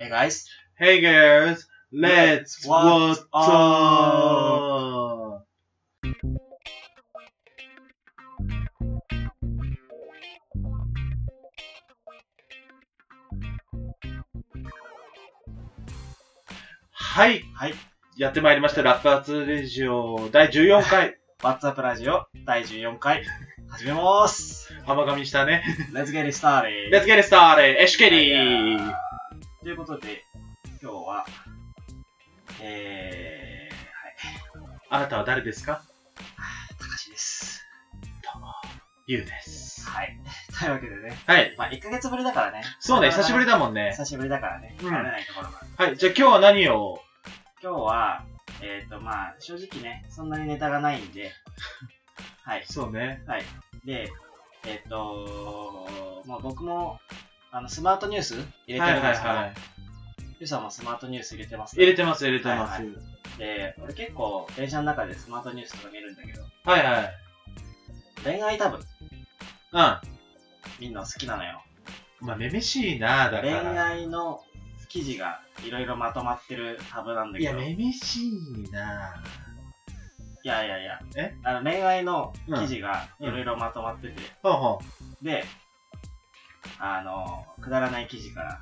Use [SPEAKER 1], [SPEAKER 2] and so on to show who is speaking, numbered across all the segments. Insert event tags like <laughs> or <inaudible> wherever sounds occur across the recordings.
[SPEAKER 1] Hey guys,
[SPEAKER 2] Hey girls,
[SPEAKER 1] Let's
[SPEAKER 2] let's watch
[SPEAKER 1] watch
[SPEAKER 2] up! はい、
[SPEAKER 1] はい、
[SPEAKER 2] やってまいりました。ラップアーツレジオ第14回。 <laughs>
[SPEAKER 1] What's Up ラジオ第14回、始めます
[SPEAKER 2] 浜上したね。
[SPEAKER 1] !Let's get it started!
[SPEAKER 2] Let's get started! エシケリ
[SPEAKER 1] いや
[SPEAKER 2] ー
[SPEAKER 1] ということで、今日は、えー、
[SPEAKER 2] あなたは誰ですか
[SPEAKER 1] はい、高橋です。
[SPEAKER 2] ゆうです。
[SPEAKER 1] はい。というわけでね、
[SPEAKER 2] はい。
[SPEAKER 1] まあ1ヶ月ぶりだからね。
[SPEAKER 2] そうね、久しぶりだもんね。
[SPEAKER 1] 久しぶりだからね、
[SPEAKER 2] うん
[SPEAKER 1] 慣れないところが。
[SPEAKER 2] はい、じゃあ今日は何を
[SPEAKER 1] 今日は、えっ、ー、とまあ、正直ね、そんなにネタがないん
[SPEAKER 2] <laughs>
[SPEAKER 1] で、はい。
[SPEAKER 2] そうね。
[SPEAKER 1] で、えっ、とまあ僕も、あの、スマートニュース入れてるんですけど、
[SPEAKER 2] い。
[SPEAKER 1] ゆうさんもスマートニュース入れてます、
[SPEAKER 2] 入れてます、入れてます。
[SPEAKER 1] で、俺結構電車の中でスマートニュースとか見るんだけど、
[SPEAKER 2] はい
[SPEAKER 1] 恋愛多分
[SPEAKER 2] はい。
[SPEAKER 1] みんな好きなのよ。
[SPEAKER 2] うん。まあ、めめしいな、だか
[SPEAKER 1] 恋
[SPEAKER 2] ら。
[SPEAKER 1] 愛の記事がいろいろまとまってるタブなんだ
[SPEAKER 2] い
[SPEAKER 1] け
[SPEAKER 2] や、
[SPEAKER 1] ど、
[SPEAKER 2] めめしいな。
[SPEAKER 1] いやいやいや、
[SPEAKER 2] え
[SPEAKER 1] あの恋愛の記事がいろいろまとまってて、
[SPEAKER 2] ほうほ
[SPEAKER 1] で、あの、くだらない記事から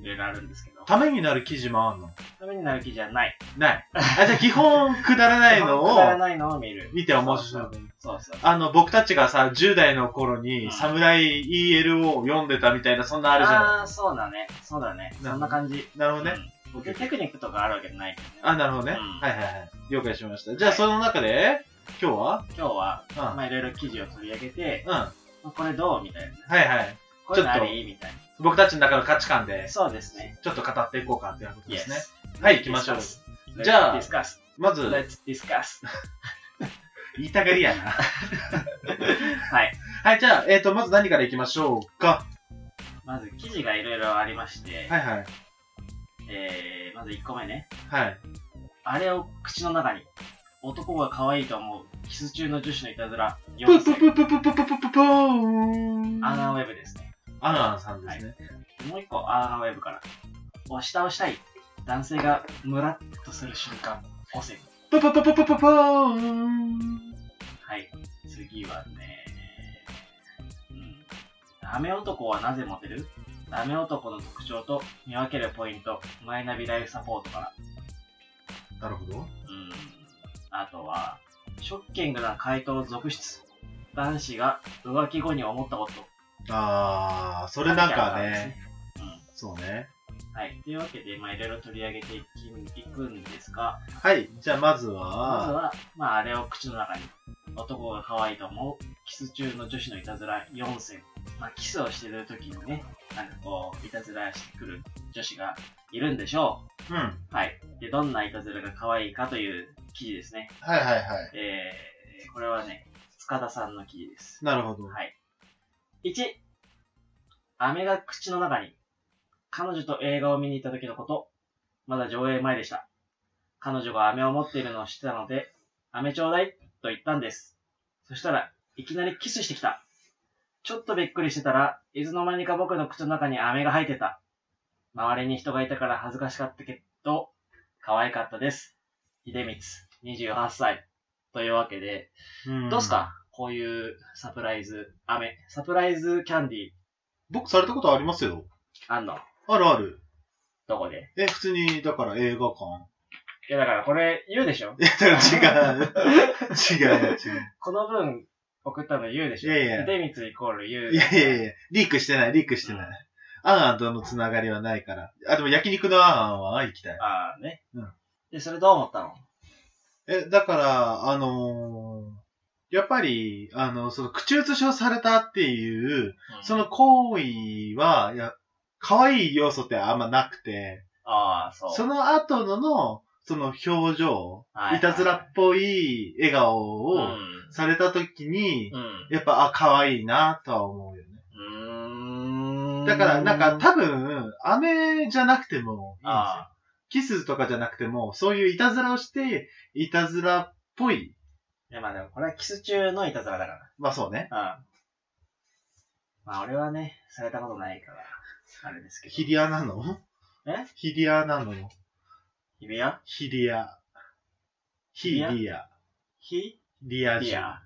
[SPEAKER 1] いろいろあるんですけど
[SPEAKER 2] う。、ためになる記事もあんの
[SPEAKER 1] ためになる記事はない。
[SPEAKER 2] ない。あ、じゃあ基本くだらないの
[SPEAKER 1] くだら
[SPEAKER 2] を
[SPEAKER 1] ないのを見る。
[SPEAKER 2] 見て面白い。
[SPEAKER 1] そうそう。
[SPEAKER 2] あの、僕たちがさ、10代の頃
[SPEAKER 1] う
[SPEAKER 2] に
[SPEAKER 1] ん
[SPEAKER 2] 侍 EL を読んでたみたいな、そんなあるじゃな
[SPEAKER 1] ああー、そうだね。そうだね。
[SPEAKER 2] な
[SPEAKER 1] そんな感じ。
[SPEAKER 2] い。なるほどね。
[SPEAKER 1] うん僕テクニックとかあるわけじゃないけどね。
[SPEAKER 2] あ、なるほどね。
[SPEAKER 1] うん
[SPEAKER 2] はいはいはい。了解しました。じゃあ
[SPEAKER 1] はい
[SPEAKER 2] その中で、今日は
[SPEAKER 1] 今日は、
[SPEAKER 2] うん。
[SPEAKER 1] まあいろいろ記事を取り上げて、
[SPEAKER 2] うん。は
[SPEAKER 1] まあこれどうみたいな。
[SPEAKER 2] いはい。
[SPEAKER 1] これ何みたい
[SPEAKER 2] 僕たちの中の価値観
[SPEAKER 1] な。
[SPEAKER 2] で、
[SPEAKER 1] そうですね。
[SPEAKER 2] ちょっと語っていこうかっていうことですね。
[SPEAKER 1] Yes
[SPEAKER 2] はい行きましょう
[SPEAKER 1] Let's discuss.
[SPEAKER 2] じゃ
[SPEAKER 1] Let's
[SPEAKER 2] あ
[SPEAKER 1] discuss.
[SPEAKER 2] まず、
[SPEAKER 1] Let's discuss.
[SPEAKER 2] 言いたがりやな。
[SPEAKER 1] はい。
[SPEAKER 2] はい、じゃあ、えっ、と、まず何からいきましょうか。
[SPEAKER 1] まず記事がいろいろありまして、
[SPEAKER 2] はいはい。
[SPEAKER 1] えー、まず1個目ね。
[SPEAKER 2] はい。
[SPEAKER 1] あれを口の中に。男が可愛いと思う。キス中の女子のいたずら。
[SPEAKER 2] ぷ
[SPEAKER 1] 4
[SPEAKER 2] ぷ
[SPEAKER 1] 歳。
[SPEAKER 2] ぷぷぷぷぷぷぷぷーん。
[SPEAKER 1] アーナウェブですね。
[SPEAKER 2] アナンさんですね。
[SPEAKER 1] もう1個、アーナウェブから。押し倒したい。男性がムラっとする瞬間。押せ。
[SPEAKER 2] ぷぷぷぷぷぷぷーん。
[SPEAKER 1] はい。次はね、うん。ダメ男はなぜモテるダメ男の特徴と見分けるポイント、マイナビライフサポートから。
[SPEAKER 2] なるほど。
[SPEAKER 1] うん。あとは、ショッキングな回答続出。男子が浮気後に思ったこと。
[SPEAKER 2] あー、そ
[SPEAKER 1] こ
[SPEAKER 2] れなんかね、。そうね。
[SPEAKER 1] うん。はい。というわけで、まあ、いろいろ取り上げていきいくんですが、
[SPEAKER 2] はい、じゃあまず
[SPEAKER 1] まず
[SPEAKER 2] は、
[SPEAKER 1] は、まあ、あれを口の中に。男が可愛いと思う、キス中の女子のいたずら4選。まあ、キスをしてる時にね、なんかこう、いたずらしてくる女子がいるんでしょ。
[SPEAKER 2] うん。はいう
[SPEAKER 1] はい。で、どんないたずらが可愛いかという記事ですね。
[SPEAKER 2] はいはい。
[SPEAKER 1] えー、これはね、塚田さんの記事です。
[SPEAKER 2] なるほど。
[SPEAKER 1] はい。1、飴が口の中に。彼女と映画を見に行った時のこと。まだ上映前でした。彼女が飴を持っているのを知ってたので、飴ちょうだいと言ったんです。そしたらいきなりキスしてきた。ちょっとびっくりしてたら、いつの間にか僕の口の中に飴が入ってた。周りに人がいたから恥ずかしかったけど、可愛かったです。秀光、28歳。というわけで、
[SPEAKER 2] うん
[SPEAKER 1] どうすかこういうサプライズ、飴、サプライズキャンディー、
[SPEAKER 2] 僕されたことありますよ。
[SPEAKER 1] あんの
[SPEAKER 2] あるある。
[SPEAKER 1] どこで
[SPEAKER 2] え、普通に、だから映画館。
[SPEAKER 1] いやだからこれ言うでしょ
[SPEAKER 2] いや、違う。違
[SPEAKER 1] <laughs>
[SPEAKER 2] う、違う。
[SPEAKER 1] この分送ったの言うでしょ
[SPEAKER 2] いやいや
[SPEAKER 1] 出光イコール言う。
[SPEAKER 2] いやいやい
[SPEAKER 1] や。
[SPEAKER 2] や、リークしてない、リークしてない。アンアンとのつながりはないから。あ、でも焼肉のアンアンは行きたい。
[SPEAKER 1] ああね。
[SPEAKER 2] うん
[SPEAKER 1] で、それどう思ったの
[SPEAKER 2] え、だから、あのーやっぱり、あの、その、口移しをされたっていう、そ、
[SPEAKER 1] うん
[SPEAKER 2] の行為は、いや、可愛い要素ってあんまなくて、
[SPEAKER 1] ああ、そう。
[SPEAKER 2] その後のの、その表情、
[SPEAKER 1] はいはい
[SPEAKER 2] いたずらっぽい笑顔を
[SPEAKER 1] うん
[SPEAKER 2] された時に、
[SPEAKER 1] うん。
[SPEAKER 2] やっぱ、あ、可愛いなとは思うよね。
[SPEAKER 1] うーん。
[SPEAKER 2] だから、なんか、多分、飴じゃなくてもいいんですよ。
[SPEAKER 1] あ
[SPEAKER 2] キスとかじゃなくても、そういういたずらをして、いたずらっぽい。
[SPEAKER 1] あ。いやまあでもこれはキス中のいたずらだから。
[SPEAKER 2] まあそうね。
[SPEAKER 1] うん。まあ俺はね、されたことないから、あれですけど。
[SPEAKER 2] ヒリアなの
[SPEAKER 1] え
[SPEAKER 2] ヒディアなのよ。
[SPEAKER 1] 日比谷
[SPEAKER 2] ヒディア。ヒディア。
[SPEAKER 1] 日
[SPEAKER 2] リア
[SPEAKER 1] 比谷。い
[SPEAKER 2] 充。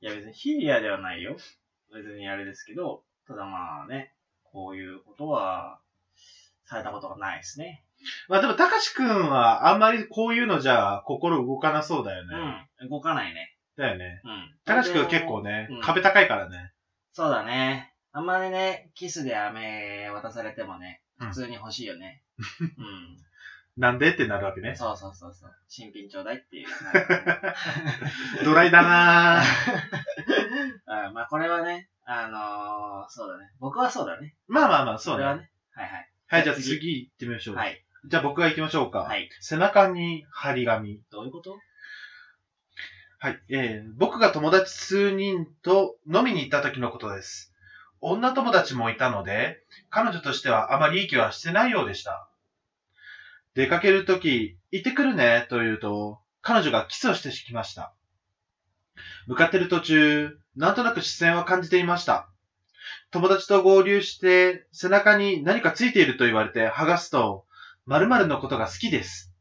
[SPEAKER 1] や別に日比谷ではないよ。別にあれですけど、ただまあね、こういうことは、されたことがないですね。
[SPEAKER 2] まあでも、たかしくんは、あんまりこういうのじゃ、心動かなそうだよね。
[SPEAKER 1] うん。動かないね。
[SPEAKER 2] だよね。
[SPEAKER 1] うん。
[SPEAKER 2] たかしくんは結構ね、
[SPEAKER 1] うん
[SPEAKER 2] 壁高いからね。
[SPEAKER 1] そうだね。あんまりね、キスで飴渡されてもね、
[SPEAKER 2] うん
[SPEAKER 1] 普通に欲しいよ
[SPEAKER 2] <laughs>
[SPEAKER 1] ね。うん。
[SPEAKER 2] なんでってなるわけね。
[SPEAKER 1] そうそうそうそう。新品ちょうだい
[SPEAKER 2] <laughs>
[SPEAKER 1] っていう。 <laughs>
[SPEAKER 2] ドライだなぁ。
[SPEAKER 1] あまあこれはね、あのー、そうだね。僕はそうだね。
[SPEAKER 2] まあまあまあ、そう
[SPEAKER 1] これは
[SPEAKER 2] だね。
[SPEAKER 1] ね。はいはい。
[SPEAKER 2] はい、じゃあ次行ってみましょう。
[SPEAKER 1] はい。
[SPEAKER 2] じゃあ僕が行きましょうか。
[SPEAKER 1] はい。
[SPEAKER 2] 背中に張り紙。
[SPEAKER 1] どういうこと
[SPEAKER 2] はい、えー、僕が友達数人と飲みに行った時のことです。女友達もいたので、彼女としてはあまりいい気はしてないようでした。出かける時、行ってくるね、と言うと、彼女がキスをしてきました。向かってる途中、なんとなく視線は感じていました。友達と合流して、背中に何かついていると言われて剥がすと、〇〇のことが好きです。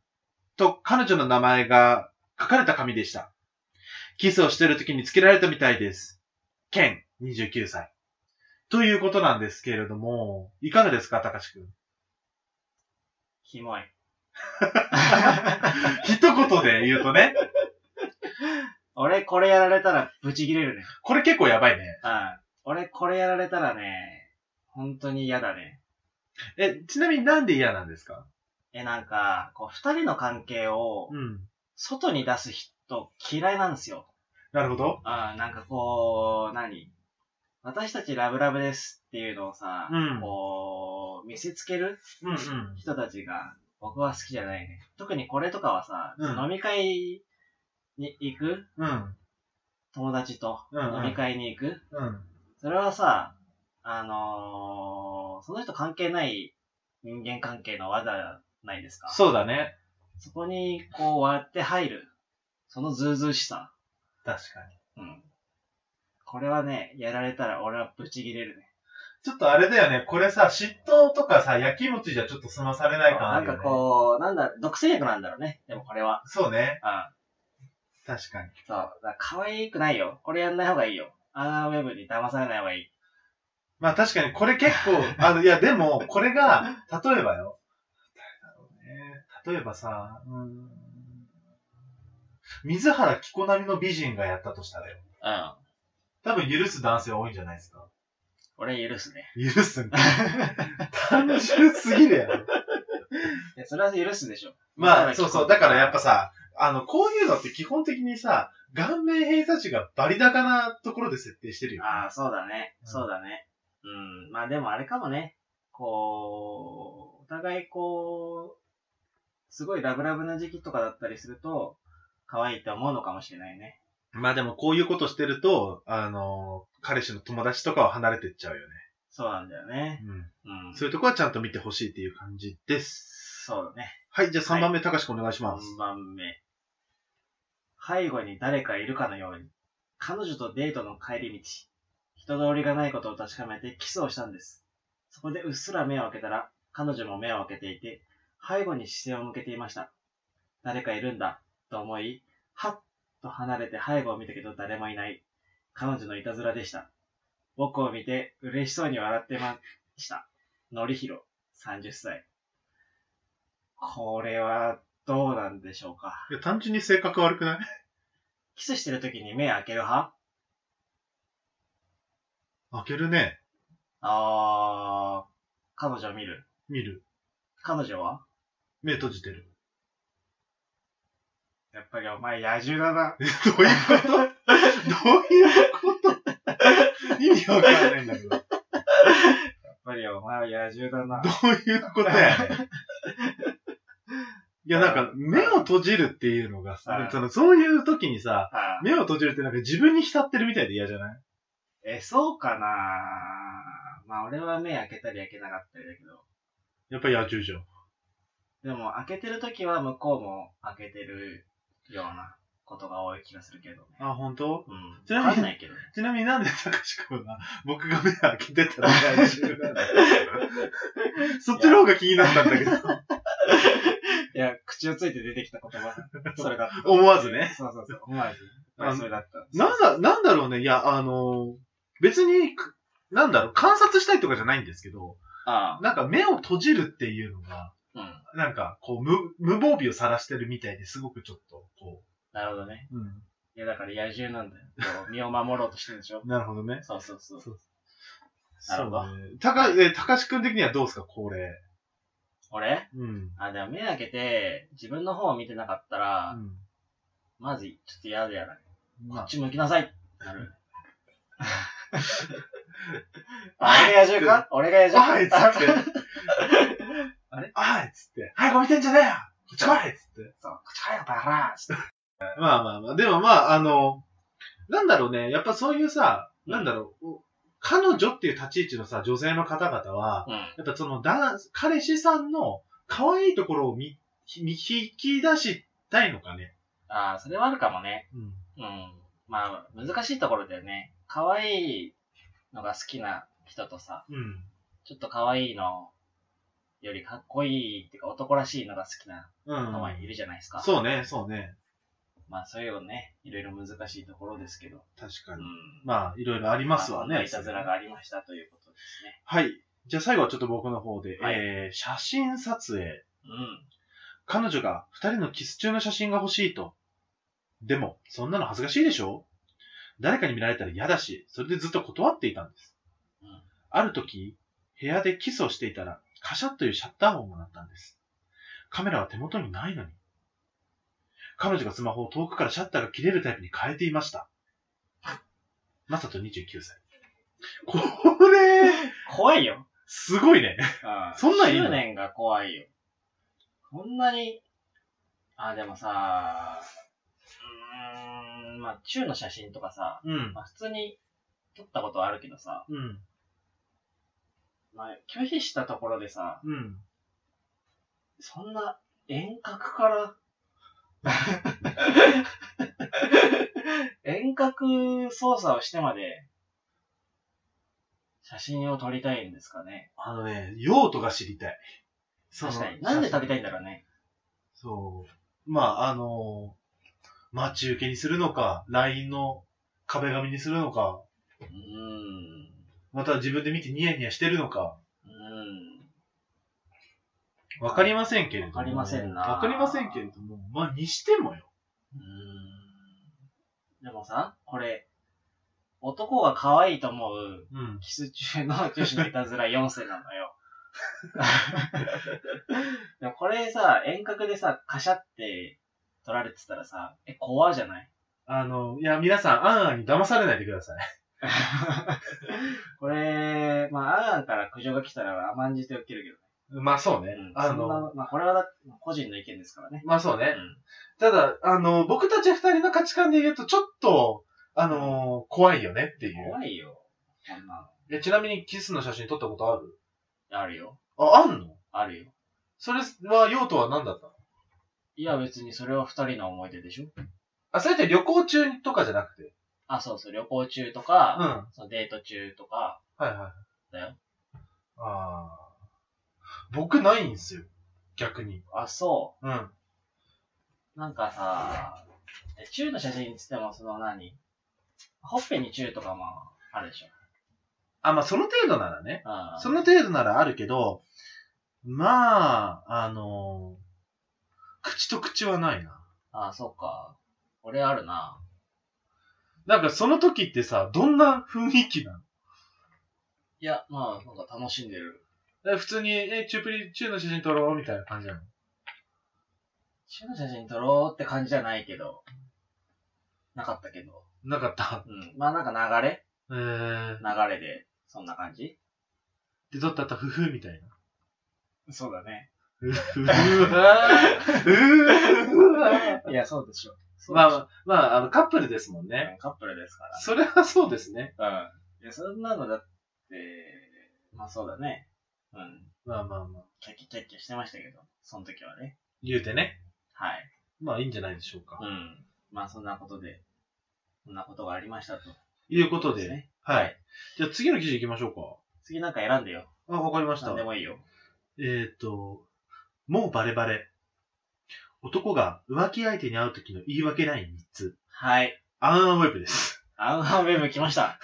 [SPEAKER 2] と、彼女の名前が書かれた紙でした。キスをしてる時につけられたみたいです。ケン、29歳。ということなんですけれども、いかがですか、たかしくん。 <laughs>
[SPEAKER 1] キモい。
[SPEAKER 2] 一言で言うとね、
[SPEAKER 1] 俺これやられたらブチ切れるね。
[SPEAKER 2] これ結構やばいね。
[SPEAKER 1] うん。俺これやられたらね、本当に嫌だね。
[SPEAKER 2] え、ちなみになんで嫌なんですか
[SPEAKER 1] え、なんか、こう、二人の関係を、
[SPEAKER 2] うん。
[SPEAKER 1] 外に出す人嫌いなんですよ。
[SPEAKER 2] なるほど。
[SPEAKER 1] うん、なんかこう、何私たちラブラブですっていうのをさ、
[SPEAKER 2] うん
[SPEAKER 1] こう、見せつける
[SPEAKER 2] うんうん。
[SPEAKER 1] 人たちが、僕は好きじゃないね。特にこれとかはさ、
[SPEAKER 2] うん
[SPEAKER 1] 飲み会に行く
[SPEAKER 2] うん。
[SPEAKER 1] 友達と
[SPEAKER 2] うんうん
[SPEAKER 1] 飲み会に行く、
[SPEAKER 2] うん。
[SPEAKER 1] それはさ、あのーその人関係ない人間関係の技じゃないですか。
[SPEAKER 2] そうだね。
[SPEAKER 1] そこに、こう割って入る。そのズうずうしさ。
[SPEAKER 2] 確かに。
[SPEAKER 1] うん。これはね、やられたら俺はブチギレるね。
[SPEAKER 2] ちょっとあれだよね、これさ、嫉妬とかさ、焼き餅じゃちょっと済まされない感あ
[SPEAKER 1] なん
[SPEAKER 2] るよ
[SPEAKER 1] か
[SPEAKER 2] ね。
[SPEAKER 1] こう、なんだ、独占力なんだろうね。でもこれは。
[SPEAKER 2] そうね。
[SPEAKER 1] うん。
[SPEAKER 2] 確かに。
[SPEAKER 1] そう。だから可愛くないよ。これやんない方がいいよ。アーウェブに騙されない方がいい。
[SPEAKER 2] まあ確かにこれ結 <laughs> 構、あの、いやでも、これが、例えばよ。誰だろうね。例えばさ、うーん。水原希子並みの美人がやったとしたらよ。
[SPEAKER 1] うん。
[SPEAKER 2] 多分許す男性は多いんじゃないですか。
[SPEAKER 1] 俺許すね。
[SPEAKER 2] 許すんだ。 <laughs> 単純すぎるやろ。
[SPEAKER 1] いや、それは許すでしょ。
[SPEAKER 2] まあ、そうそう。だからやっぱさ、あの、こういうのって基本的にさ、顔面偏差値がバリ高なところで設定してるよ。
[SPEAKER 1] ああ、そうだね。
[SPEAKER 2] うん
[SPEAKER 1] そうだね。うん。まあでもあれかもね。こう、お互いこう、すごいラブラブな時期とかだったりすると、可愛いって思うのかもしれないね。
[SPEAKER 2] まあでもこういうことしてると、あの、彼氏の友達とかは離れてっちゃうよね。
[SPEAKER 1] そうなんだよね。
[SPEAKER 2] うん。
[SPEAKER 1] うん。
[SPEAKER 2] そういうとこはちゃんと見てほしいっていう感じです。
[SPEAKER 1] そうだね。
[SPEAKER 2] はい、じゃあ3番目、たかしくお願いします。
[SPEAKER 1] 3番目。背後に誰かいるかのように、彼女とデートの帰り道、人通りがないことを確かめてキスをしたんです。そこでうっすら目を開けたら、彼女も目を開けていて、背後に視線を向けていました。誰かいるんだ、と思い、はっと離れて背後を見たけど誰もいない。彼女のいたずらでした。僕を見て嬉しそうに笑ってました。のりひろ、30歳。これはどうなんでしょうか。
[SPEAKER 2] いや、単純に性格悪くない
[SPEAKER 1] キスしてる時に目開ける派
[SPEAKER 2] 開けるね。
[SPEAKER 1] あー、彼女を見る。
[SPEAKER 2] 見る。
[SPEAKER 1] 彼女は
[SPEAKER 2] 目閉じて
[SPEAKER 1] <laughs>
[SPEAKER 2] る。
[SPEAKER 1] やっぱりお前野獣だな。
[SPEAKER 2] え、どういうことどういうこと意味わかんないんだけど。ど
[SPEAKER 1] やっぱりお前は野獣だな。
[SPEAKER 2] ういうことやねん。いや、なんか、目を閉じるっていうのが
[SPEAKER 1] は
[SPEAKER 2] さ
[SPEAKER 1] い、
[SPEAKER 2] そのそういう時にさ、
[SPEAKER 1] <laughs> あー
[SPEAKER 2] 目を閉じるってなんか自分に浸ってるみたいで嫌じゃない
[SPEAKER 1] え、そうかなまあ俺は目開けたり開けなかったりだけど。
[SPEAKER 2] やっぱり野獣じゃん。
[SPEAKER 1] でも開けてる時は向こうも開けてるような。ことが多い気がするけどね。
[SPEAKER 2] あ、本当？
[SPEAKER 1] うん。
[SPEAKER 2] ちなみに
[SPEAKER 1] わかんないけどね。
[SPEAKER 2] ちなみになんで高志くんは僕が目開けてたら大丈夫
[SPEAKER 1] <laughs>
[SPEAKER 2] なのそっちの方が気になったんだけど。
[SPEAKER 1] いや、口をついて出てきた言葉、それだった。
[SPEAKER 2] <laughs> 思わずね。
[SPEAKER 1] そうそうそう、思わず。まあ、それだった。
[SPEAKER 2] なんだ、なんだろうね。いや、あの、別に、くなんだろう、観察したいとかじゃないんですけど、
[SPEAKER 1] あ
[SPEAKER 2] なんか目を閉じるっていうのが、
[SPEAKER 1] あ、うん。
[SPEAKER 2] なんか、こう、無、無防備を晒してるみたいですごくちょっと、こ
[SPEAKER 1] なるほどね。
[SPEAKER 2] う、うん。
[SPEAKER 1] いや、だから野獣なんだよ。こう身を守ろうとしてるでしょ
[SPEAKER 2] なるほどね。
[SPEAKER 1] そうそうそう。な
[SPEAKER 2] そ
[SPEAKER 1] る
[SPEAKER 2] う
[SPEAKER 1] ほど
[SPEAKER 2] ね。たか、え、たかしくん的にはどうですか、これ。
[SPEAKER 1] 俺
[SPEAKER 2] うん。
[SPEAKER 1] あ、でも目開けて、自分の方を見てなかったら、
[SPEAKER 2] うん
[SPEAKER 1] まず、ちょっと嫌だやらね。こ
[SPEAKER 2] ま
[SPEAKER 1] っ
[SPEAKER 2] あ
[SPEAKER 1] ち向きなさいってな <laughs> る。
[SPEAKER 2] あ
[SPEAKER 1] あれが野獣か俺が野
[SPEAKER 2] あいっ
[SPEAKER 1] 獣
[SPEAKER 2] つ
[SPEAKER 1] か
[SPEAKER 2] って。
[SPEAKER 1] あれ
[SPEAKER 2] <laughs> あいっつって。はい、ゴミてんじゃねえよこっち来いっつって。
[SPEAKER 1] そう、こっち早くバラー
[SPEAKER 2] まあまあまあ、でもまあ、あの、なんだろうね、やっぱそういうさ、なんだろう、彼女っていう立ち位置のさ、女性の方々は、
[SPEAKER 1] うん。
[SPEAKER 2] やっぱそのだ、彼氏さんの可愛いところを見、見引き出したいのかね。
[SPEAKER 1] ああ、それはあるかもね。
[SPEAKER 2] うん。
[SPEAKER 1] うん。まあ、難しいところだよね。可愛いのが好きな人とさ、
[SPEAKER 2] うん。
[SPEAKER 1] ちょっと可愛いのよりかっこいいっていうか男らしいのが好きな
[SPEAKER 2] うん。
[SPEAKER 1] のはいるじゃないですか。
[SPEAKER 2] そうね、そうね。
[SPEAKER 1] まあ、そういうのね、いろいろ難しいところですけど。
[SPEAKER 2] 確か
[SPEAKER 1] うん
[SPEAKER 2] に。。まあ、いろいろありますわ
[SPEAKER 1] まあ
[SPEAKER 2] ね。
[SPEAKER 1] いたずらがありましたということですね。
[SPEAKER 2] はい。じゃあ最後はちょっと僕の方で、
[SPEAKER 1] はい
[SPEAKER 2] えー、写真撮影。
[SPEAKER 1] うん。
[SPEAKER 2] 彼女が二人のキス中の写真が欲しいと。でも、そんなの恥ずかしいでしょ誰かに見られたら嫌だし、それでずっと断っていたんです。
[SPEAKER 1] うん
[SPEAKER 2] ある時、部屋でキスをしていたら、カシャッというシャッター音が鳴ったんです。カメラは手元にないのに。彼女がスマホを遠くからシャッターが切れるタイプに変えていました。マサト29歳。これ、
[SPEAKER 1] 怖いよ。
[SPEAKER 2] すごいね。そんなんいいの
[SPEAKER 1] 執念が怖いよ。こんなに、あ、でもさ、うーん、まあ、中の写真とかさ、
[SPEAKER 2] うん。
[SPEAKER 1] まあ、普通に撮ったことはあるけどさ、
[SPEAKER 2] うん。
[SPEAKER 1] まあ、拒否したところでさ、
[SPEAKER 2] うん。
[SPEAKER 1] そんな遠隔から、 <laughs> 遠隔操作をしてまで、写真を撮りたいんですかね。
[SPEAKER 2] あのね、用途が知りたい。その
[SPEAKER 1] 確かに。なんで撮りたいんだろうね。
[SPEAKER 2] そう。まあ、あの待ち受けにするのか、LINE の壁紙にするのか、
[SPEAKER 1] うーん。
[SPEAKER 2] または自分で見てニヤニヤしてるのか、
[SPEAKER 1] う
[SPEAKER 2] わかりませんけれども。
[SPEAKER 1] わかりませんな
[SPEAKER 2] わかりませんけれども、まあ、にしてもよ。
[SPEAKER 1] ーん。でもさ、これ、男が可愛いと思う、
[SPEAKER 2] うん。
[SPEAKER 1] キス中の女子のいたずら4世なの
[SPEAKER 2] <laughs>
[SPEAKER 1] よ。でもこれさ、遠隔でさ、カシャって撮られてたらさ、え、怖じゃ
[SPEAKER 2] <laughs>
[SPEAKER 1] ない
[SPEAKER 2] あの、いや、皆さん、あんあんに騙されないでください。 <laughs>
[SPEAKER 1] これ、まあ、アンアンから苦情が来たら甘んじて受けるけ
[SPEAKER 2] まあ、そうね
[SPEAKER 1] どね。うん、
[SPEAKER 2] あ
[SPEAKER 1] そん
[SPEAKER 2] の、
[SPEAKER 1] な、まあ、これはだ個人の意見ですからね。
[SPEAKER 2] まあ、そう
[SPEAKER 1] う
[SPEAKER 2] ね。
[SPEAKER 1] ん。
[SPEAKER 2] ただ、あの、僕たち二人の価値観で言うと、ちょっと、あの怖いよねっていう。
[SPEAKER 1] 怖いよ。こんな
[SPEAKER 2] えちなみに、キスの写真撮ったことある
[SPEAKER 1] の。あるよ。
[SPEAKER 2] あ、あんの
[SPEAKER 1] あるよ。
[SPEAKER 2] それは用途は何だったの
[SPEAKER 1] いや、別にそれは二人の思い出でしょ
[SPEAKER 2] あ、それって旅行中とかじゃなくて。
[SPEAKER 1] あ、そうそう、旅行中と
[SPEAKER 2] うん。
[SPEAKER 1] か、
[SPEAKER 2] は
[SPEAKER 1] そのデート中とか、
[SPEAKER 2] いはい。
[SPEAKER 1] だよ。
[SPEAKER 2] ああ。僕ないんですよ。逆に。
[SPEAKER 1] あ、そ
[SPEAKER 2] うん。
[SPEAKER 1] う。なんかさ、え中の写真につっても、その何ほっぺに中とかもあるでしょ。
[SPEAKER 2] あ、まあその程度ならね。
[SPEAKER 1] うん。
[SPEAKER 2] その程度ならあるけど、まあ、あの口と口はないな。
[SPEAKER 1] あ、そっか。俺あるな。
[SPEAKER 2] なんかその時ってさ、どんな雰囲気ない
[SPEAKER 1] や、まあ、なんか楽しんでる。
[SPEAKER 2] のえ普通に、え、チュープリ、チューの写真撮ろうみたいな感じなの
[SPEAKER 1] 中の写真撮ろうって感じじゃないけど、なかったけど。
[SPEAKER 2] なかった。
[SPEAKER 1] うん。まあなんか流れ
[SPEAKER 2] えー、
[SPEAKER 1] 流れで、そんな感じ
[SPEAKER 2] で、撮った後、ふふみたいな。
[SPEAKER 1] そうだね。
[SPEAKER 2] うわーうわ
[SPEAKER 1] <laughs>
[SPEAKER 2] ー
[SPEAKER 1] いや、そうでしょ。そうで
[SPEAKER 2] <laughs> ま
[SPEAKER 1] しょ
[SPEAKER 2] あまあ、まあ、あの、カップルですもんね。
[SPEAKER 1] うんカップルですから。
[SPEAKER 2] それはそうですね。
[SPEAKER 1] うん。いや、そんなのだって、まあそうだね。うん。
[SPEAKER 2] まあまあまあ。
[SPEAKER 1] キャッキャキャッキャしてましたけど、その時はね。
[SPEAKER 2] 言うてね。
[SPEAKER 1] はい。
[SPEAKER 2] まあいいんじゃないでしょうか。
[SPEAKER 1] うん。まあそんなことで、こんなことがありましたと。
[SPEAKER 2] いうこと
[SPEAKER 1] です
[SPEAKER 2] で。
[SPEAKER 1] ね。
[SPEAKER 2] はい。じゃあ次の記事行きましょ
[SPEAKER 1] 次なんか選んでよ。
[SPEAKER 2] うか。あ、わかりました
[SPEAKER 1] 何で。もいいよ。
[SPEAKER 2] えっ、と、もうバレバレ。男が浮気相手に会う時の言い訳ない3つ。
[SPEAKER 1] はい。
[SPEAKER 2] アンアンウェブです。 <laughs>
[SPEAKER 1] アンアンウェブ来ました。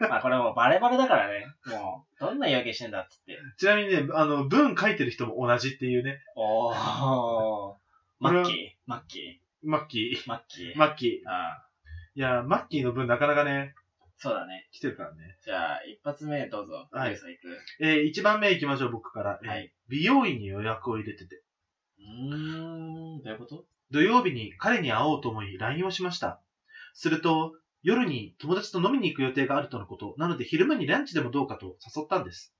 [SPEAKER 1] まあこれもうバレバレだからね。もう、どんな言い訳してんだっつって。
[SPEAKER 2] ちなみにね、あの、文書いてる人も同じっていうね。
[SPEAKER 1] おー。マッキーマッキ
[SPEAKER 2] マッキ
[SPEAKER 1] ーマッキー。
[SPEAKER 2] ー。マッキー。い
[SPEAKER 1] ああ、
[SPEAKER 2] や、マッキーの文なかなかね、
[SPEAKER 1] そうだね。
[SPEAKER 2] 来てるからね。
[SPEAKER 1] じゃあ、一発目どうぞ。
[SPEAKER 2] はい
[SPEAKER 1] ゆうさん行く。
[SPEAKER 2] えー、1番目行きましょう、僕から。えー
[SPEAKER 1] はい。
[SPEAKER 2] 美容院に予約を入れてて。
[SPEAKER 1] うーん、どういうこと
[SPEAKER 2] 土曜日に彼に会おうと思い LINE をしました。すると、夜に友達と飲みに行く予定があるとのこと、なので昼間にランチでもどうかと誘ったんです。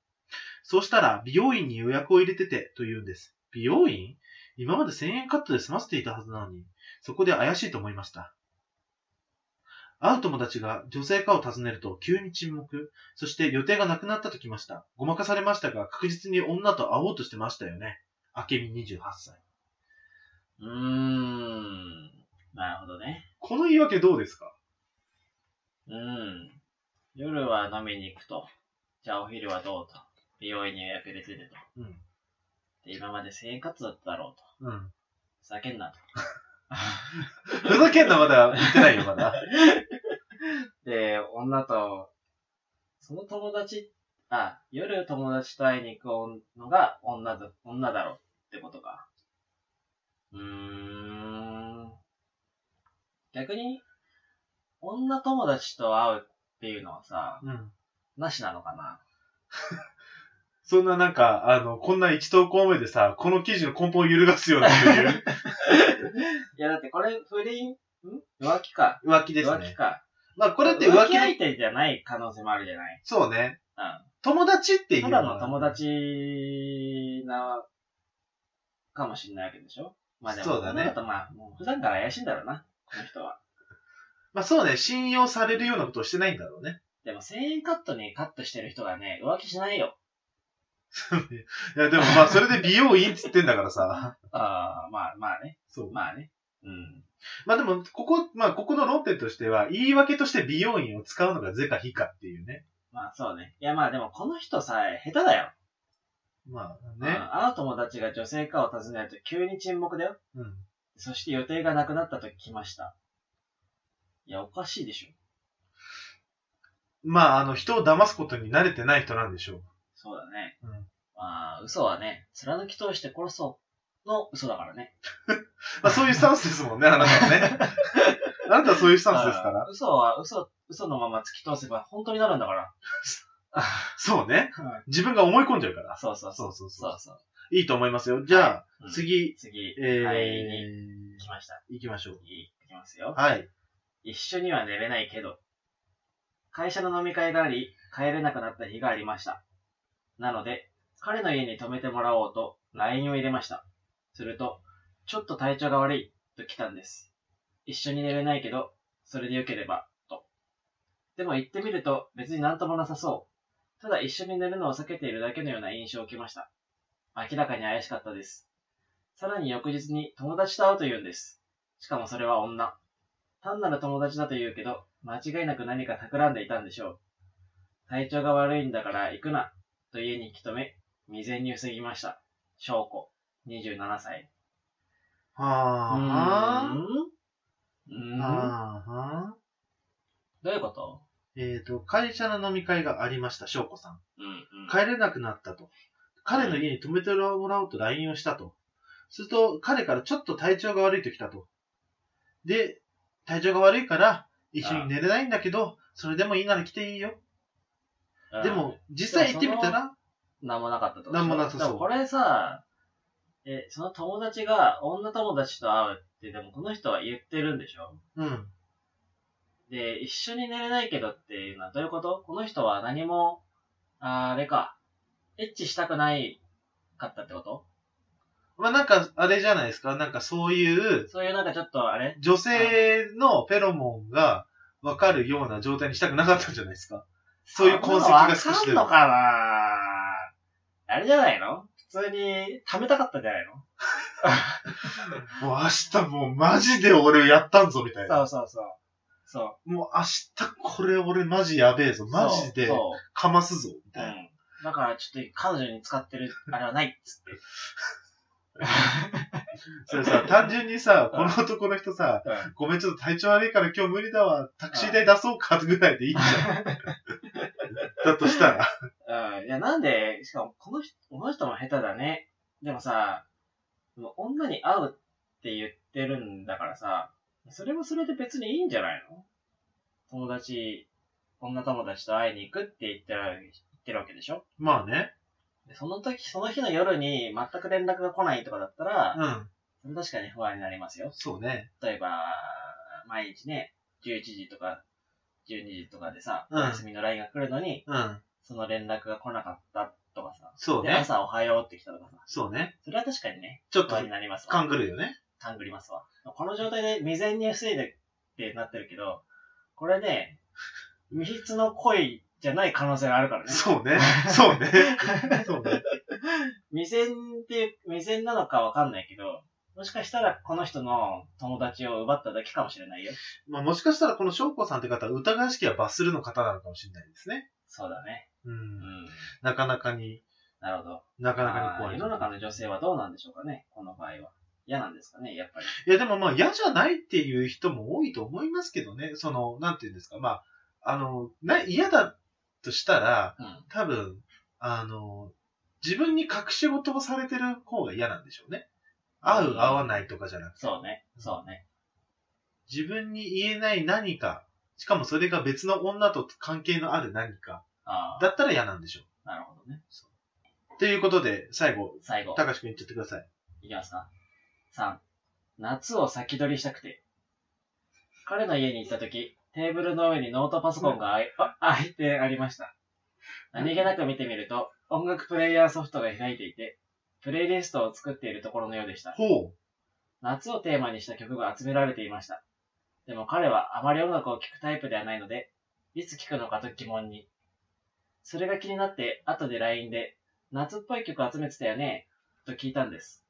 [SPEAKER 2] そうしたら、美容院に予約を入れててと言うんです。美容院今まで1000円カットで済ませていたはずなのに、そこで怪しいと思いました。会う友達が女性かを尋ねると急に沈黙、そして予定がなくなったときました。ごまかされましたが、確実に女と会おうとしてましたよね。あけみ28歳。
[SPEAKER 1] うーん、なるほどね。
[SPEAKER 2] この言い訳どうですか
[SPEAKER 1] うん。夜は飲みに行くと。じゃあお昼はどうと。美容院に予約入れててと。
[SPEAKER 2] うん。
[SPEAKER 1] で、今まで1000円カットだっただろうと。
[SPEAKER 2] うん。
[SPEAKER 1] ふざけんなと。
[SPEAKER 2] ふざけんなまだ言ってないよ、まだ。
[SPEAKER 1] で、女と、その友達、あ、夜友達と会いに行くのが女だ、女だろうってことか。うーん。逆に、女友達と会うっていうのはさ、
[SPEAKER 2] うん。
[SPEAKER 1] なしなのかな
[SPEAKER 2] そんななんか、あの、こんな一投稿目でさ、この記事の根本を揺るがすようなという
[SPEAKER 1] いや、だってこれ、不倫、ん浮気か。
[SPEAKER 2] 浮気で
[SPEAKER 1] <laughs>
[SPEAKER 2] す
[SPEAKER 1] 浮気
[SPEAKER 2] ね。
[SPEAKER 1] か。
[SPEAKER 2] まあ、これって浮
[SPEAKER 1] 浮気
[SPEAKER 2] 気
[SPEAKER 1] 相
[SPEAKER 2] で、
[SPEAKER 1] 手じゃない可能性もあるじゃない。
[SPEAKER 2] そうね。
[SPEAKER 1] うん。
[SPEAKER 2] 友達っていう
[SPEAKER 1] ただ
[SPEAKER 2] は
[SPEAKER 1] の友。達な、かもしれないわけでしょまあでも、
[SPEAKER 2] そうだね
[SPEAKER 1] こんなことまあ、もう普段から怪しいんだろうな、この人は。
[SPEAKER 2] まあ、そうね。信用されるようなことをしてないんだろうね。
[SPEAKER 1] でも、1000円カットにカットしてる人がね、浮気しないよ。
[SPEAKER 2] いや、でもまあ、それで美容院って言ってんだから
[SPEAKER 1] <laughs>
[SPEAKER 2] さ。
[SPEAKER 1] ああ、まあまあね、
[SPEAKER 2] そう。
[SPEAKER 1] まあね。うん。
[SPEAKER 2] まあでも、ここ、まあ、ここの論点としては、言い訳として美容院を使うのが是か非かっていうね。
[SPEAKER 1] まあそうね。いやまあでも、この人さ、下手だよ。
[SPEAKER 2] まあ
[SPEAKER 1] うん
[SPEAKER 2] ね。
[SPEAKER 1] 会う友達が女性かを尋ねると急に沈黙だよ。
[SPEAKER 2] うん。
[SPEAKER 1] そして予定がなくなったと聞きました。いや、おかしいでしょ。
[SPEAKER 2] まあ、あの、人を騙すことに慣れてない人なんでしょう。
[SPEAKER 1] そうだね。
[SPEAKER 2] うん
[SPEAKER 1] まあ、嘘はね、貫き通して殺そうの嘘だからね。
[SPEAKER 2] まあ、そういうスタンスですもんね、あなた
[SPEAKER 1] <laughs>
[SPEAKER 2] はね。あなたはそういうスタンスですか
[SPEAKER 1] あ
[SPEAKER 2] ら。
[SPEAKER 1] ー嘘は嘘、嘘のまま突き通せば本当になるんだから。
[SPEAKER 2] そうね。自分が思い込んじゃうから。
[SPEAKER 1] そうそう
[SPEAKER 2] そ
[SPEAKER 1] そうう。
[SPEAKER 2] そうそ。
[SPEAKER 1] そううそう。
[SPEAKER 2] いいと思いますよ。じゃあ、
[SPEAKER 1] うん、
[SPEAKER 2] 次、
[SPEAKER 1] 次、
[SPEAKER 2] えー、
[SPEAKER 1] 会いに来ました。
[SPEAKER 2] 行きましょう。
[SPEAKER 1] 次、いきますよ。
[SPEAKER 2] はい。
[SPEAKER 1] 一緒には寝れないけど、会社の飲み会があり、帰れなくなった日がありました。なので、彼の家に泊めてもらおうと LINE を入れました。すると、ちょっと体調が悪いと来たんです。一緒に寝れないけど、それでよければ、と。でも行ってみると別になんともなさそう。ただ一緒に寝るのを避けているだけのような印象を受けました。明らかに怪しかったです。さらに翌日に友達と会うと言うんです。しかもそれは女。単なる友達だと言うけど、間違いなく何か企んでいたんでしょう。体調が悪いんだから行くな、と家に引き止め、未然に防ぎました。証拠、27歳。う
[SPEAKER 2] は
[SPEAKER 1] ー
[SPEAKER 2] あ。
[SPEAKER 1] ん。うーん
[SPEAKER 2] はあ。はあ。
[SPEAKER 1] どういうこと
[SPEAKER 2] えっ、と、会社の飲み会がありました、翔子さん。
[SPEAKER 1] うんうん。
[SPEAKER 2] 帰れなくなったと。彼の家に泊めてもらおうと LINE をしたと。すると、彼からちょっと体調が悪いと来たと。で、体調が悪いから、一緒に寝れないんだけど、それでもいいなら来ていいよ。
[SPEAKER 1] うん
[SPEAKER 2] で、も、実際行ってみたら、
[SPEAKER 1] なんもなかったと。
[SPEAKER 2] なんもなさそう
[SPEAKER 1] でもこれさ、え、その友達が女友達と会うって、でもこの人は言ってるんでしょ
[SPEAKER 2] うん。
[SPEAKER 1] で、一緒に寝れないけどっていうのはどういうことこの人は何も、あーあれか、エッチしたくないかったってこと
[SPEAKER 2] まあ、なんか、あれじゃないですか、なんかそういう、
[SPEAKER 1] そういうなんかちょっとあれ
[SPEAKER 2] 女性のフェロモンがわかるような状態にしたくなかったんじゃないですか。そういう痕跡が少し
[SPEAKER 1] そ
[SPEAKER 2] で
[SPEAKER 1] んなの
[SPEAKER 2] も
[SPEAKER 1] わ。かんのかなあれじゃないの普通に、貯めたかったんじゃないの
[SPEAKER 2] もう明日もうマジで俺やったんぞみたい
[SPEAKER 1] そ
[SPEAKER 2] な。
[SPEAKER 1] うそうそう。そ
[SPEAKER 2] もう明日これ俺マジやべえぞ。
[SPEAKER 1] う。
[SPEAKER 2] マジで
[SPEAKER 1] そう
[SPEAKER 2] かますぞ。み
[SPEAKER 1] そう。う
[SPEAKER 2] たいな。
[SPEAKER 1] ん。だからちょっと彼女に使ってるあれはないっつって。
[SPEAKER 2] <laughs> それさ、単純にさ、
[SPEAKER 1] う
[SPEAKER 2] こ
[SPEAKER 1] ん
[SPEAKER 2] の男の人さ、
[SPEAKER 1] う
[SPEAKER 2] ごめんちょっと体調悪いから今日無理だわ。タクシー代出そうかぐらいでいいじゃん。だとしたら。
[SPEAKER 1] うん。いや、なんで、しかもこの人、この人も下手だね。でもさ、もう女に会うって言ってるんだからさ、それもそれで別にいいんじゃないの友達、女友達と会いに行くって言ってるわけ言ってるわけでしょ
[SPEAKER 2] <laughs> まあね。
[SPEAKER 1] でその時、その日の夜に全く連絡が来ないとかだったら、
[SPEAKER 2] うん。
[SPEAKER 1] それ確かに不安になりますよ。
[SPEAKER 2] そうね。
[SPEAKER 1] 例えば、毎日ね、11時とか12時とかでさ、
[SPEAKER 2] うん
[SPEAKER 1] 休みの LINE が来るのに、
[SPEAKER 2] うん。
[SPEAKER 1] その連絡が来なかったとかさ、
[SPEAKER 2] そう
[SPEAKER 1] で、
[SPEAKER 2] ね。
[SPEAKER 1] 朝おはようって来たとかさ、
[SPEAKER 2] そうね。
[SPEAKER 1] それは確かにね、
[SPEAKER 2] ちょっ
[SPEAKER 1] 不
[SPEAKER 2] と
[SPEAKER 1] 安になりますわ。
[SPEAKER 2] 勘ぐるよね。
[SPEAKER 1] 勘ぐりますわ。この状態で未然に防いでってなってるけど、これね、未必の恋じゃない可能性があるからね。
[SPEAKER 2] そ
[SPEAKER 1] <laughs>
[SPEAKER 2] うね。そうね。そうね。
[SPEAKER 1] 未然って、未然なのかわかんないけど、もしかしたらこの人の友達を奪っただけかもしれないよ。
[SPEAKER 2] まあ、もしかしたらこの翔子さんって方は疑わしきは罰するの方なのかもしれないですね。
[SPEAKER 1] そうだね。
[SPEAKER 2] う。
[SPEAKER 1] うんん。
[SPEAKER 2] なかなかに、
[SPEAKER 1] なるほど。
[SPEAKER 2] なかなかに怖
[SPEAKER 1] あー
[SPEAKER 2] い。
[SPEAKER 1] 世の中の女性はどうなんでしょうかね、この場合は。嫌なんですかね、やっぱり。
[SPEAKER 2] いや、でもまあ嫌じゃないっていう人も多いと思いますけどね。その、なんていうんですか。まあ、あの、な嫌だとしたら、
[SPEAKER 1] うん。
[SPEAKER 2] 多分、あの、自分に隠し事をされてる方が嫌なんでしょうね。合う、合わないとかじゃなくて、
[SPEAKER 1] そうね、そうね。
[SPEAKER 2] 自分に言えない何か、しかもそれが別の女と関係のある何か、
[SPEAKER 1] ああ、
[SPEAKER 2] だったら嫌なんでしょ
[SPEAKER 1] なるほどね。
[SPEAKER 2] う。ということで、最後、
[SPEAKER 1] 最後、
[SPEAKER 2] 高橋君言っちゃってください。
[SPEAKER 1] いきますか。3、夏を先取りしたくて。彼の家に行った時、テーブルの上にノートパソコンがあいあ開いてありました。何気なく見てみると、音楽プレイヤーソフトが開いていて、プレイリストを作っているところのようでした。
[SPEAKER 2] ほう。
[SPEAKER 1] 夏をテーマにした曲が集められていました。でも彼はあまり音楽を聴くタイプではないので、いつ聴くのかと疑問に。それが気になって、後で LINE で、夏っぽい曲集めてたよね、と聞いたんです。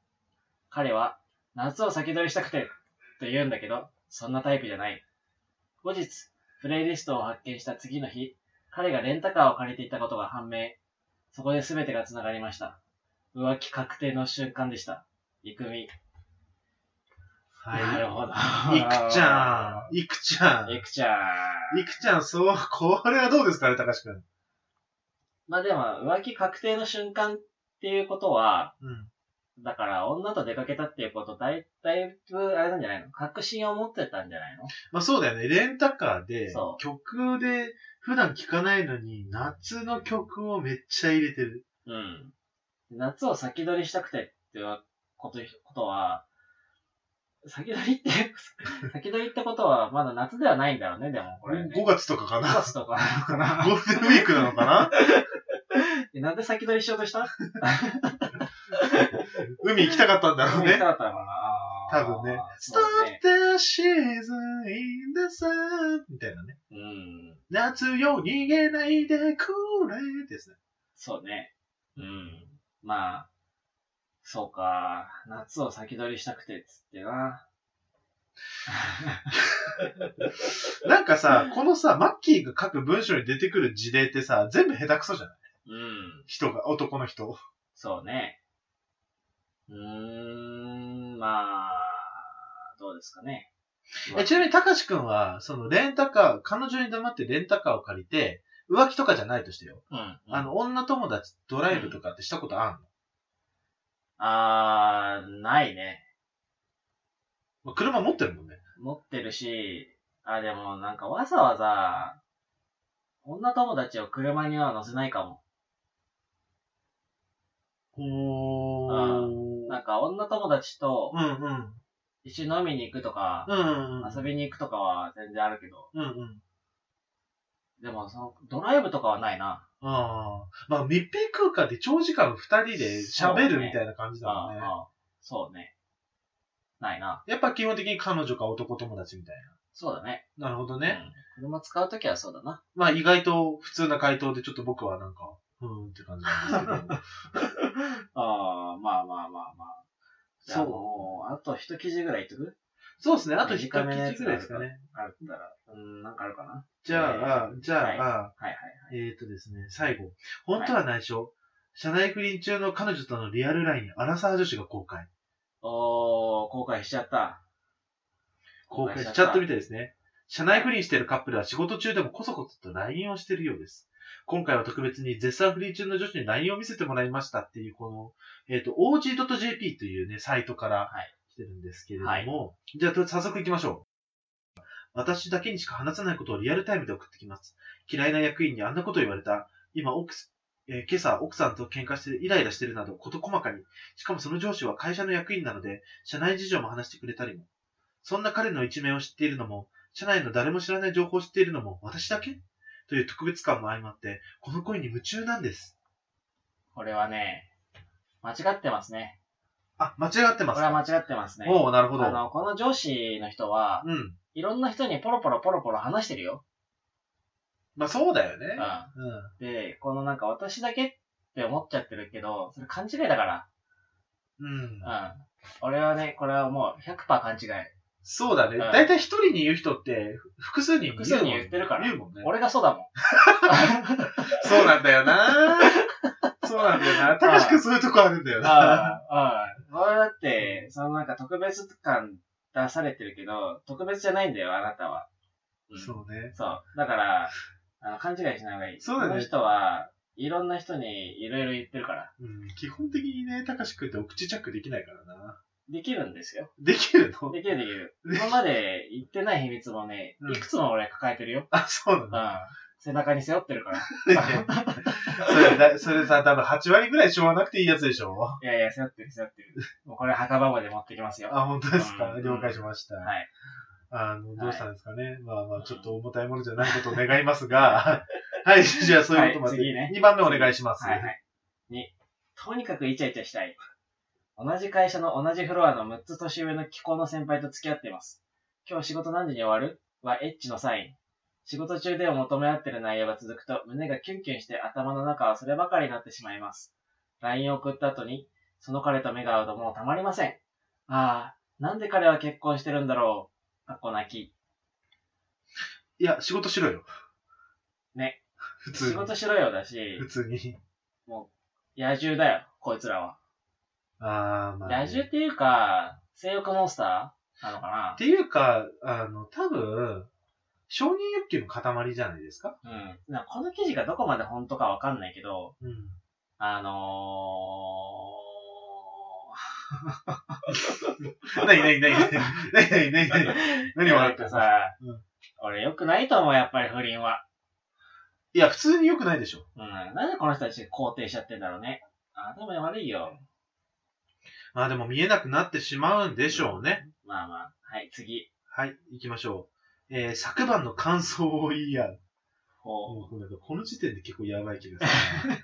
[SPEAKER 1] 彼は、夏を先取りしたくて、と言うんだけど、そんなタイプじゃない。後日、プレイリストを発見した次の日、彼がレンタカーを借りていたことが判明。そこで全てが繋がりました。浮気確定の瞬間でした。いくみ。
[SPEAKER 2] はい。
[SPEAKER 1] なるほど。
[SPEAKER 2] いくちゃん。いくちゃん。
[SPEAKER 1] いくちゃん。
[SPEAKER 2] いくちゃん、そう、これはどうですかね、高橋くん。
[SPEAKER 1] まあでも、浮気確定の瞬間っていうことは、
[SPEAKER 2] うん。
[SPEAKER 1] だから女と出かけたっていうこと、だいだいぶ、あれなんじゃないの確信を持ってたんじゃないの
[SPEAKER 2] まあそうだよね、レンタカーで
[SPEAKER 1] そ、う
[SPEAKER 2] 曲で、普段聴かないのに、夏の曲をめっちゃ入れてる。
[SPEAKER 1] うん。夏を先取りしたくてっていうことことは、先取りって、 <laughs> 先取りってことは、まだ夏ではないんだろうね、でもこれ、ね。
[SPEAKER 2] 5月とかか
[SPEAKER 1] 5
[SPEAKER 2] な
[SPEAKER 1] 月とかなのかな
[SPEAKER 2] <laughs> ゴールデンウィークなのかな
[SPEAKER 1] <laughs> えなんで先取りしようとした
[SPEAKER 2] 海行きたかったんだろう
[SPEAKER 1] 見た
[SPEAKER 2] ね。
[SPEAKER 1] かったのかな
[SPEAKER 2] 多分ね。
[SPEAKER 1] そう
[SPEAKER 2] Stop
[SPEAKER 1] ね。
[SPEAKER 2] the season in the sun みたいなね。
[SPEAKER 1] うん。
[SPEAKER 2] 夏よ逃げないでくれですね。
[SPEAKER 1] そうね。うん。まあ、そうか。夏を先取りしたくてっつってな。
[SPEAKER 2] なんかさ、このさ、マッキーが書く文章に出てくる事例ってさ、全部下手くそじゃない
[SPEAKER 1] うん。
[SPEAKER 2] 人が、男の人。
[SPEAKER 1] そうね。うーん、まあ、どうですかね。
[SPEAKER 2] えちなみに、たかしくんは、その、レンタカー、彼女に黙ってレンタカーを借りて、浮気とかじゃないとしてよ。
[SPEAKER 1] うん。
[SPEAKER 2] あの、女友達、ドライブとかってしたことあんの、
[SPEAKER 1] あー、ないね。
[SPEAKER 2] まあ車持ってるもんね。
[SPEAKER 1] 持ってるし、あ、でもなんかわざわざ、女友達を車には乗せないかも。
[SPEAKER 2] ほ
[SPEAKER 1] ー
[SPEAKER 2] うん
[SPEAKER 1] なんか女友達と
[SPEAKER 2] うん。
[SPEAKER 1] 一緒に飲みに行くとか、
[SPEAKER 2] うんうんうん。
[SPEAKER 1] 遊びに行くとかは全然あるけど、
[SPEAKER 2] うんうん。
[SPEAKER 1] でも、その、ドライブとかはないな。
[SPEAKER 2] ああ。まあ、密閉空間で長時間二人で喋るみたいな感じだもんね。
[SPEAKER 1] ああ、そうね。ないな。
[SPEAKER 2] やっぱ基本的に彼女か男友達みたい
[SPEAKER 1] そうだね。
[SPEAKER 2] な。なるほどね。
[SPEAKER 1] うん。車使うときはそうだな。
[SPEAKER 2] まあ、意外と普通な回答でちょっと僕はなんか、うーんって感じなんですけど。
[SPEAKER 1] ああ、まあまあまあまあ。じゃ <laughs> あもう、あと一記事ぐらい言っとく
[SPEAKER 2] そうですね。あと一記
[SPEAKER 1] 短めのや
[SPEAKER 2] 事
[SPEAKER 1] つ
[SPEAKER 2] ぐらいですかね。
[SPEAKER 1] あったら、うん、なんかあるかな
[SPEAKER 2] じゃあ、じゃあ、
[SPEAKER 1] はいはい
[SPEAKER 2] えっ、とですね、最後。本当は内緒。社内不倫中の彼女とのリアルライン、アラサー女子が公開。
[SPEAKER 1] おー、後悔しちゃった。
[SPEAKER 2] 公開しちゃったみたいですね。社内不倫してるカップルは仕事中でもこそこそと LINE をしてるようです。今回は特別に絶賛不倫中の女子に LINE を見せてもらいましたっていう、この、えっ、と、og.jp というね、サイトから
[SPEAKER 1] はい
[SPEAKER 2] 来てるんですけれども、じゃあ早速行きましょう。私だけにしか話さないことをリアルタイムで送ってきます。嫌いな役員にあんなこと言われた。今、奥す、えー今朝奥さんと喧嘩してイライラしてるなど、こと細かに。しかもその上司は会社の役員なので、社内事情も話してくれたりも。そんな彼の一面を知っているのも、社内の誰も知らない情報を知っているのも私だけという特別感も相まって、この恋に夢中なんです。
[SPEAKER 1] これはね、間違ってますね。
[SPEAKER 2] あ、間違って
[SPEAKER 1] こ
[SPEAKER 2] ます。
[SPEAKER 1] れは間違ってますね。
[SPEAKER 2] おおなるほど。
[SPEAKER 1] あの、この上司の人は、
[SPEAKER 2] うん。
[SPEAKER 1] いろんな人にポロポロポロポロ話してるよ。
[SPEAKER 2] まあそうだよね
[SPEAKER 1] う。ん。
[SPEAKER 2] うん。
[SPEAKER 1] で、このなんか私だけって思っちゃってるけど、それ勘違いだから。
[SPEAKER 2] うん。
[SPEAKER 1] うん。俺はね、これはもう100%勘違い。
[SPEAKER 2] そうだね。
[SPEAKER 1] うん
[SPEAKER 2] だいたい一人に言う人って、ふ複数人
[SPEAKER 1] 複数人言ってるから
[SPEAKER 2] 言うもんね。
[SPEAKER 1] 俺がそう
[SPEAKER 2] <laughs>
[SPEAKER 1] だもん。
[SPEAKER 2] そうなんだ
[SPEAKER 1] <laughs>
[SPEAKER 2] よなそうなんだよな。たかしくんそういうとこあるんだよな。
[SPEAKER 1] ああ、俺だって、そのなんか特別感出されてるけど、特別じゃないんだよ、あなたは。うん
[SPEAKER 2] そうね。
[SPEAKER 1] そう。だから、あの、勘違いしない方がいい。
[SPEAKER 2] そうだね
[SPEAKER 1] この人は、いろんな人にいろいろ言ってるから。
[SPEAKER 2] うん。基本的にね、たかしくんってお口チャックできないからな。
[SPEAKER 1] できるんですよ。
[SPEAKER 2] できるの
[SPEAKER 1] できるでき
[SPEAKER 2] <laughs>
[SPEAKER 1] る。今まで言ってない秘密もね
[SPEAKER 2] う、ん
[SPEAKER 1] いくつも俺抱えてるよ。
[SPEAKER 2] あ、そうなん
[SPEAKER 1] う
[SPEAKER 2] だ。
[SPEAKER 1] ん。背中に背負ってるから。
[SPEAKER 2] <laughs> ねそれだ、それさ、多分8割ぐらいしょうがなくていいやつでしょ
[SPEAKER 1] いやいや、背負ってる背負ってる。もうこれ墓場まで持ってきますよ。
[SPEAKER 2] あ、本当ですか
[SPEAKER 1] うん
[SPEAKER 2] 了解しました。
[SPEAKER 1] はい。
[SPEAKER 2] あの、どうしたんですかね、まあまあ、ちょっと重たいものじゃないことを願いますが、 <laughs> はい、じゃあそういうことまで。
[SPEAKER 1] はい次ね
[SPEAKER 2] 2番目お願いします。
[SPEAKER 1] はいはい。に、とにかくイチャイチャしたい。同じ会社の同じフロアの6つ年上の気候の先輩と付き合っています。今日仕事何時に終わるはエッチのサイン。仕事中でも求め合ってる内容が続くと胸がキュンキュンして頭の中はそればかりになってしまいます。LINE を送った後に、その彼と目が合うともうたまりません。ああ、なんで彼は結婚してるんだろう。かっこ泣き。
[SPEAKER 2] いや、仕事しろよ。
[SPEAKER 1] ね。
[SPEAKER 2] 普通
[SPEAKER 1] 仕
[SPEAKER 2] に。
[SPEAKER 1] 事しろよだし
[SPEAKER 2] 普、通に。
[SPEAKER 1] 野獣だよ、こいつらは。
[SPEAKER 2] あー、まあ、
[SPEAKER 1] 野獣っていうか、性欲モンスターなのか
[SPEAKER 2] っていうか、あの、多分、承認欲求の塊じゃないですか
[SPEAKER 1] なうん。なんかこの記事がどこまで本当かわかんないけど、
[SPEAKER 2] うん。
[SPEAKER 1] あの
[SPEAKER 2] なになに <laughs> なになになになになに
[SPEAKER 1] ー、
[SPEAKER 2] <laughs> 何笑
[SPEAKER 1] なん
[SPEAKER 2] ってる
[SPEAKER 1] かさ、
[SPEAKER 2] うん
[SPEAKER 1] 俺良くないと思う、やっぱり不倫は。
[SPEAKER 2] いや、普通に良くないでしょ。
[SPEAKER 1] うん。なんでこの人たち肯定しちゃってんだろうね。あ、でも悪いよ。
[SPEAKER 2] まあでも見えなくなってしまうんでしょうね。
[SPEAKER 1] まあまあ。はい、次。
[SPEAKER 2] はい、行きましょう。えー、昨晩の感想を言い合う。
[SPEAKER 1] ほう。
[SPEAKER 2] もうなんかこの時点で結構やばい気がするな。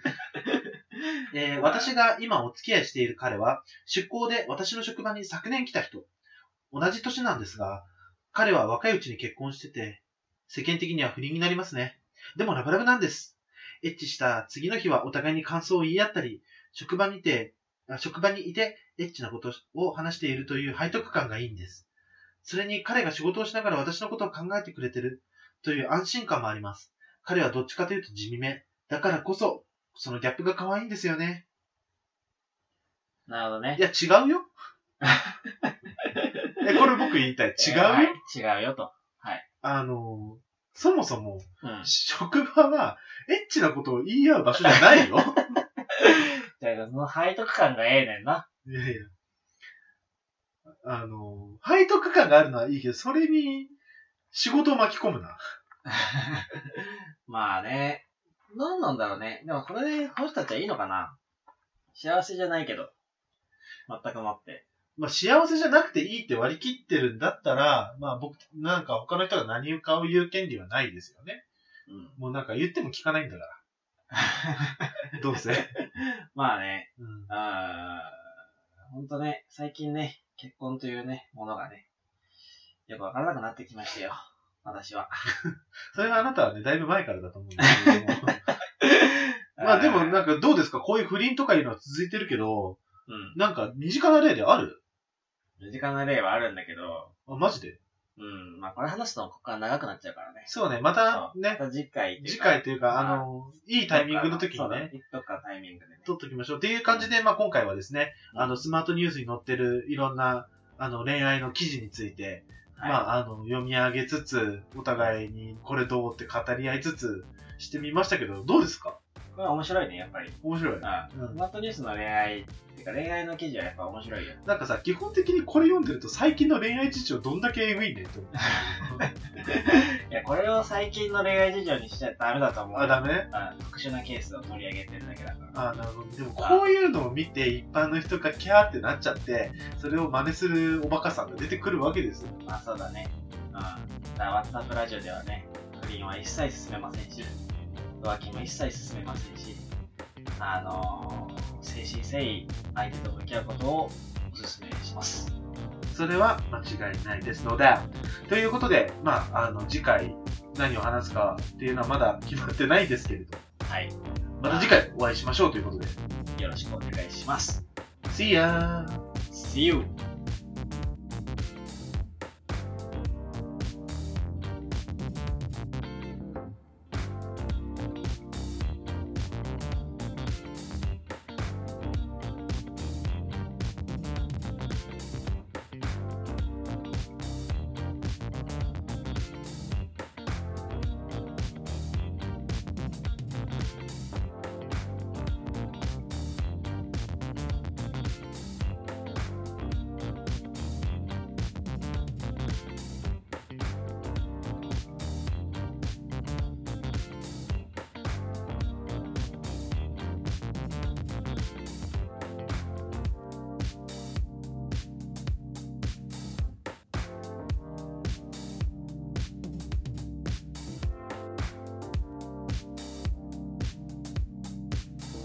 [SPEAKER 2] えー私が今お付き合いしている彼は、出向で私の職場に昨年来た人。同じ年なんですが、彼は若いうちに結婚してて、世間的には不倫になりますね。でもラブラブなんです。エッチした次の日はお互いに感想を言い合ったり、職場にて、あ職場にいてエッチなことを話しているという背徳感がいいんです。それに彼が仕事をしながら私のことを考えてくれてるという安心感もあります。彼はどっちかというと地味め。だからこそ、そのギャップが可愛いんですよね。
[SPEAKER 1] なるほどね
[SPEAKER 2] い。や、違う
[SPEAKER 1] <laughs>
[SPEAKER 2] よ。え、これ僕言いたい。違うよ。
[SPEAKER 1] えーはい違うよと。
[SPEAKER 2] あの、そもそも、
[SPEAKER 1] うん。
[SPEAKER 2] 職場は、エッチなことを言い合う場所じゃない
[SPEAKER 1] <laughs>
[SPEAKER 2] よ。
[SPEAKER 1] じゃあ、その背徳感がええねんな。
[SPEAKER 2] いやいや。あの、背徳感があるのはいいけど、それに、仕事を巻き込むな。
[SPEAKER 1] <laughs> まあね。なんなんだろうね。でもこれで、この人たちはいいのかな幸せじゃないけど。全くもって。
[SPEAKER 2] まあ、幸せじゃなくていいって割り切ってるんだったら、まあ僕、なんか他の人が何かを言う権利はないですよね。
[SPEAKER 1] うん。 <laughs>
[SPEAKER 2] もうなんか言っても聞かないんだから。どう
[SPEAKER 1] <laughs>
[SPEAKER 2] せ。
[SPEAKER 1] まあね。
[SPEAKER 2] うん
[SPEAKER 1] あーほんとね、最近ね、結婚というね、ものがね、よくわからなくなってきましたよ。私は。
[SPEAKER 2] それはあなたはね、だいぶ前からだと思うんですけども。
[SPEAKER 1] <laughs>
[SPEAKER 2] まあでも
[SPEAKER 1] うん。
[SPEAKER 2] なんかどうですかこういう不倫とかいうのは続いてるけど、なんか身近な例である
[SPEAKER 1] 身近な例はあるんだけど、
[SPEAKER 2] あ、マジで
[SPEAKER 1] うん、まあこれ話すとここから長くなっちゃうからね。
[SPEAKER 2] そうね、ま
[SPEAKER 1] ま
[SPEAKER 2] たね、
[SPEAKER 1] た次回っていう
[SPEAKER 2] 次
[SPEAKER 1] か
[SPEAKER 2] 回というか、
[SPEAKER 1] ま
[SPEAKER 2] あ
[SPEAKER 1] あ
[SPEAKER 2] の、いいタイミングの時
[SPEAKER 1] そ
[SPEAKER 2] に
[SPEAKER 1] うだ
[SPEAKER 2] ね、
[SPEAKER 1] ね。どっかのタイミングでね。
[SPEAKER 2] 撮っときましょう。っていう感じで、まあ、今回はですね、
[SPEAKER 1] うん
[SPEAKER 2] あの、スマートニュースに載ってるいろんな、あの、恋愛の記事について、
[SPEAKER 1] はい
[SPEAKER 2] まあ、あの、読み上げつつ、お互いにこれどうって語り合いつつ、してみましたけど、どうですか
[SPEAKER 1] これは面白いね、やっぱり。
[SPEAKER 2] 面白い。
[SPEAKER 1] うん。
[SPEAKER 2] うん
[SPEAKER 1] スマートニュースの恋愛、っていうか恋愛の記事はやっぱ面白いよ。
[SPEAKER 2] なんかさ、基本的にこれ読んでると最近の恋愛事情どんだけエグいねって思う。
[SPEAKER 1] いや、これを最近の恋愛事情にしちゃダメだと思う。 <laughs>
[SPEAKER 2] あ、ダメ
[SPEAKER 1] うん特殊なケースを取り上げてるだけだから。
[SPEAKER 2] あなるほど。でもこういうのを見て一般の人がキャーってなっちゃって、それを真似するおバカさんが出てくるわけですよ。
[SPEAKER 1] まあそうだね。うん。だから、ワッツアップラジオではね、不倫は一切進めませんし、浮気も一切進めませんし、あのー、精神誠意、相手と向き合うことをお勧めします。
[SPEAKER 2] それは間違いないですので。ということで、まあ、あの、次回何を話すかっていうのはまだ決まってないですけれど、
[SPEAKER 1] はい。
[SPEAKER 2] また次回お会いしましょうということで。
[SPEAKER 1] よろしくお願いします。
[SPEAKER 2] See ya!
[SPEAKER 1] See you!